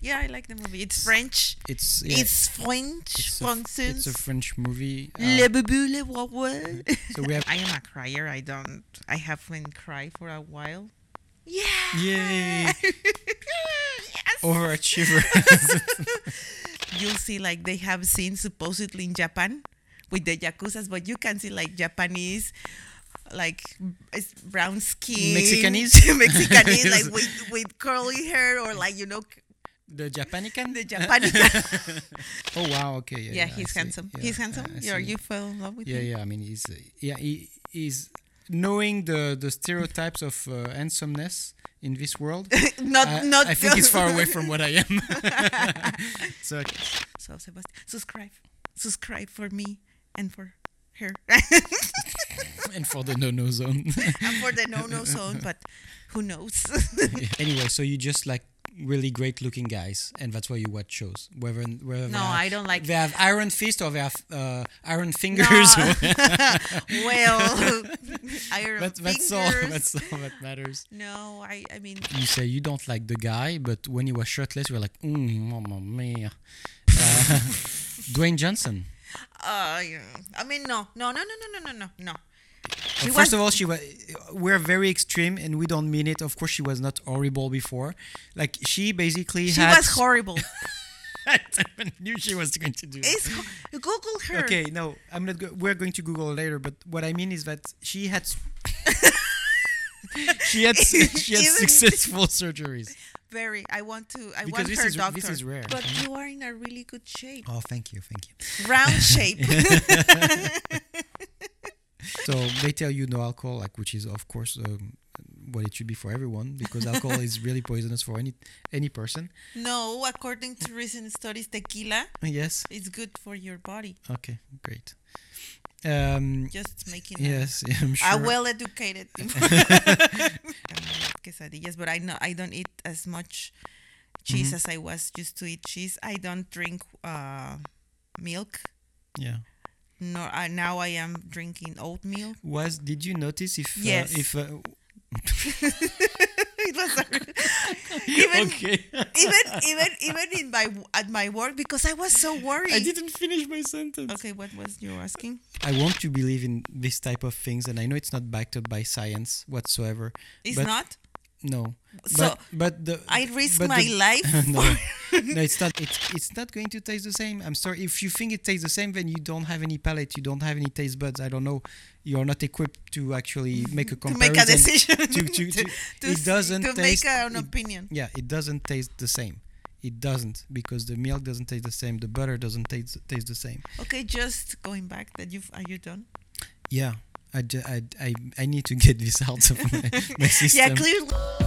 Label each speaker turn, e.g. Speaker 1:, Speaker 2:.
Speaker 1: Yeah, I like the movie. It's French.
Speaker 2: It's yeah,
Speaker 1: It's French.
Speaker 2: it's a, f-
Speaker 1: Francis.
Speaker 2: it's a French movie. uh,
Speaker 1: Le bubu, le wawa.
Speaker 2: So we have-
Speaker 1: I am a crier. I don't. I haven't cried for a while. Yeah.
Speaker 2: Yay.
Speaker 1: yes.
Speaker 2: Overachievers.
Speaker 1: You'll see, like they have scenes supposedly in Japan with the yakuzas, but you can see like Japanese, like it's brown skin,
Speaker 2: Mexicanese?
Speaker 1: Mexicanese,
Speaker 2: Yes.
Speaker 1: like with with curly hair or like you know
Speaker 2: the Japanican.
Speaker 1: the Japanese.
Speaker 2: Oh wow. Okay. Yeah.
Speaker 1: yeah,
Speaker 2: I
Speaker 1: he's
Speaker 2: see,
Speaker 1: handsome.
Speaker 2: yeah,
Speaker 1: he's
Speaker 2: I-
Speaker 1: handsome.
Speaker 2: I
Speaker 1: You're,
Speaker 2: see.
Speaker 1: you fell in love with
Speaker 2: Yeah,
Speaker 1: him.
Speaker 2: yeah. I mean, he's uh, yeah, he he's knowing the the stereotypes of uh, handsomeness in this world.
Speaker 1: not
Speaker 2: I,
Speaker 1: not.
Speaker 2: I think he's far away from what I am. so
Speaker 1: So Sebastian, subscribe, subscribe for me and for her
Speaker 2: and for the no no zone.
Speaker 1: and for the no no zone. But who knows?
Speaker 2: anyway, so you just like really great looking guys, and that's why you watch shows. Whether whether
Speaker 1: No,
Speaker 2: they have,
Speaker 1: I don't like-
Speaker 2: They have iron fist or they have uh, iron fingers.
Speaker 1: No.
Speaker 2: or-
Speaker 1: well, iron
Speaker 2: that, that's all.
Speaker 1: fingers.
Speaker 2: That's all that matters.
Speaker 1: no, I I mean
Speaker 2: You say you don't like the guy, but when he was shirtless, you were like, mm, mamma mia. Uh, Dwayne Johnson.
Speaker 1: uh yeah. I mean no no no no no no no no. She
Speaker 2: Uh, First
Speaker 1: was-
Speaker 2: of all, she was. We're very extreme, and we don't mean it. Of course, she was not horrible before. Like she basically
Speaker 1: She
Speaker 2: had.
Speaker 1: was horrible.
Speaker 2: I knew she was going to do. that.
Speaker 1: It's ho- Google her.
Speaker 2: Okay, no, I'm not. Go- we're going to Google later, but what I mean is that she had. s- she had s- she had
Speaker 1: Even-
Speaker 2: successful surgeries
Speaker 1: Very. I want to. I
Speaker 2: because
Speaker 1: want
Speaker 2: this
Speaker 1: her
Speaker 2: is
Speaker 1: doctor.
Speaker 2: this is rare. Mm-hmm.
Speaker 1: But you are in a really good shape.
Speaker 2: Oh, thank you, thank you.
Speaker 1: Round shape.
Speaker 2: So they tell you no alcohol, like which is of course um, what it should be for everyone because alcohol is really poisonous for any any person.
Speaker 1: no, according to recent studies, tequila
Speaker 2: Yes.
Speaker 1: is good for your body.
Speaker 2: Okay. Great. Um,
Speaker 1: Just making a-
Speaker 2: yes, I'm sure.
Speaker 1: I well educated. people. quesadillas, but I know I don't eat as much cheese
Speaker 2: Mm-hmm.
Speaker 1: as I was used to eat cheese. I don't drink uh, milk.
Speaker 2: Yeah.
Speaker 1: Nor I now I am drinking oatmeal.
Speaker 2: Was did you notice if
Speaker 1: Yes.
Speaker 2: uh, if uh,
Speaker 1: it was even
Speaker 2: okay?
Speaker 1: even even even in my at my work because I was so worried.
Speaker 2: I didn't finish my sentence.
Speaker 1: Okay, what was you asking?
Speaker 2: I want to believe in this type of things, and I know it's not backed up by science whatsoever.
Speaker 1: It's
Speaker 2: but
Speaker 1: not.
Speaker 2: No.
Speaker 1: So,
Speaker 2: but, but the
Speaker 1: I risk
Speaker 2: but
Speaker 1: my
Speaker 2: the-
Speaker 1: life.
Speaker 2: no,
Speaker 1: for-
Speaker 2: no, it's not. It's, it's not going to taste the same. I'm sorry. If you think it tastes the same, then you don't have any palate. You don't have any taste buds. I don't know. You are not equipped to actually make a
Speaker 1: to
Speaker 2: comparison.
Speaker 1: make a decision
Speaker 2: to- to- to- it
Speaker 1: s-
Speaker 2: doesn't
Speaker 1: to
Speaker 2: taste-
Speaker 1: make an
Speaker 2: it-
Speaker 1: opinion
Speaker 2: Yeah, it doesn't taste the same. It doesn't because the milk doesn't taste the same. The butter doesn't taste taste the same.
Speaker 1: okay just going back that you've are you done
Speaker 2: Yeah, I, ju- I, I, I need to get this out of my, my system.
Speaker 1: yeah clearly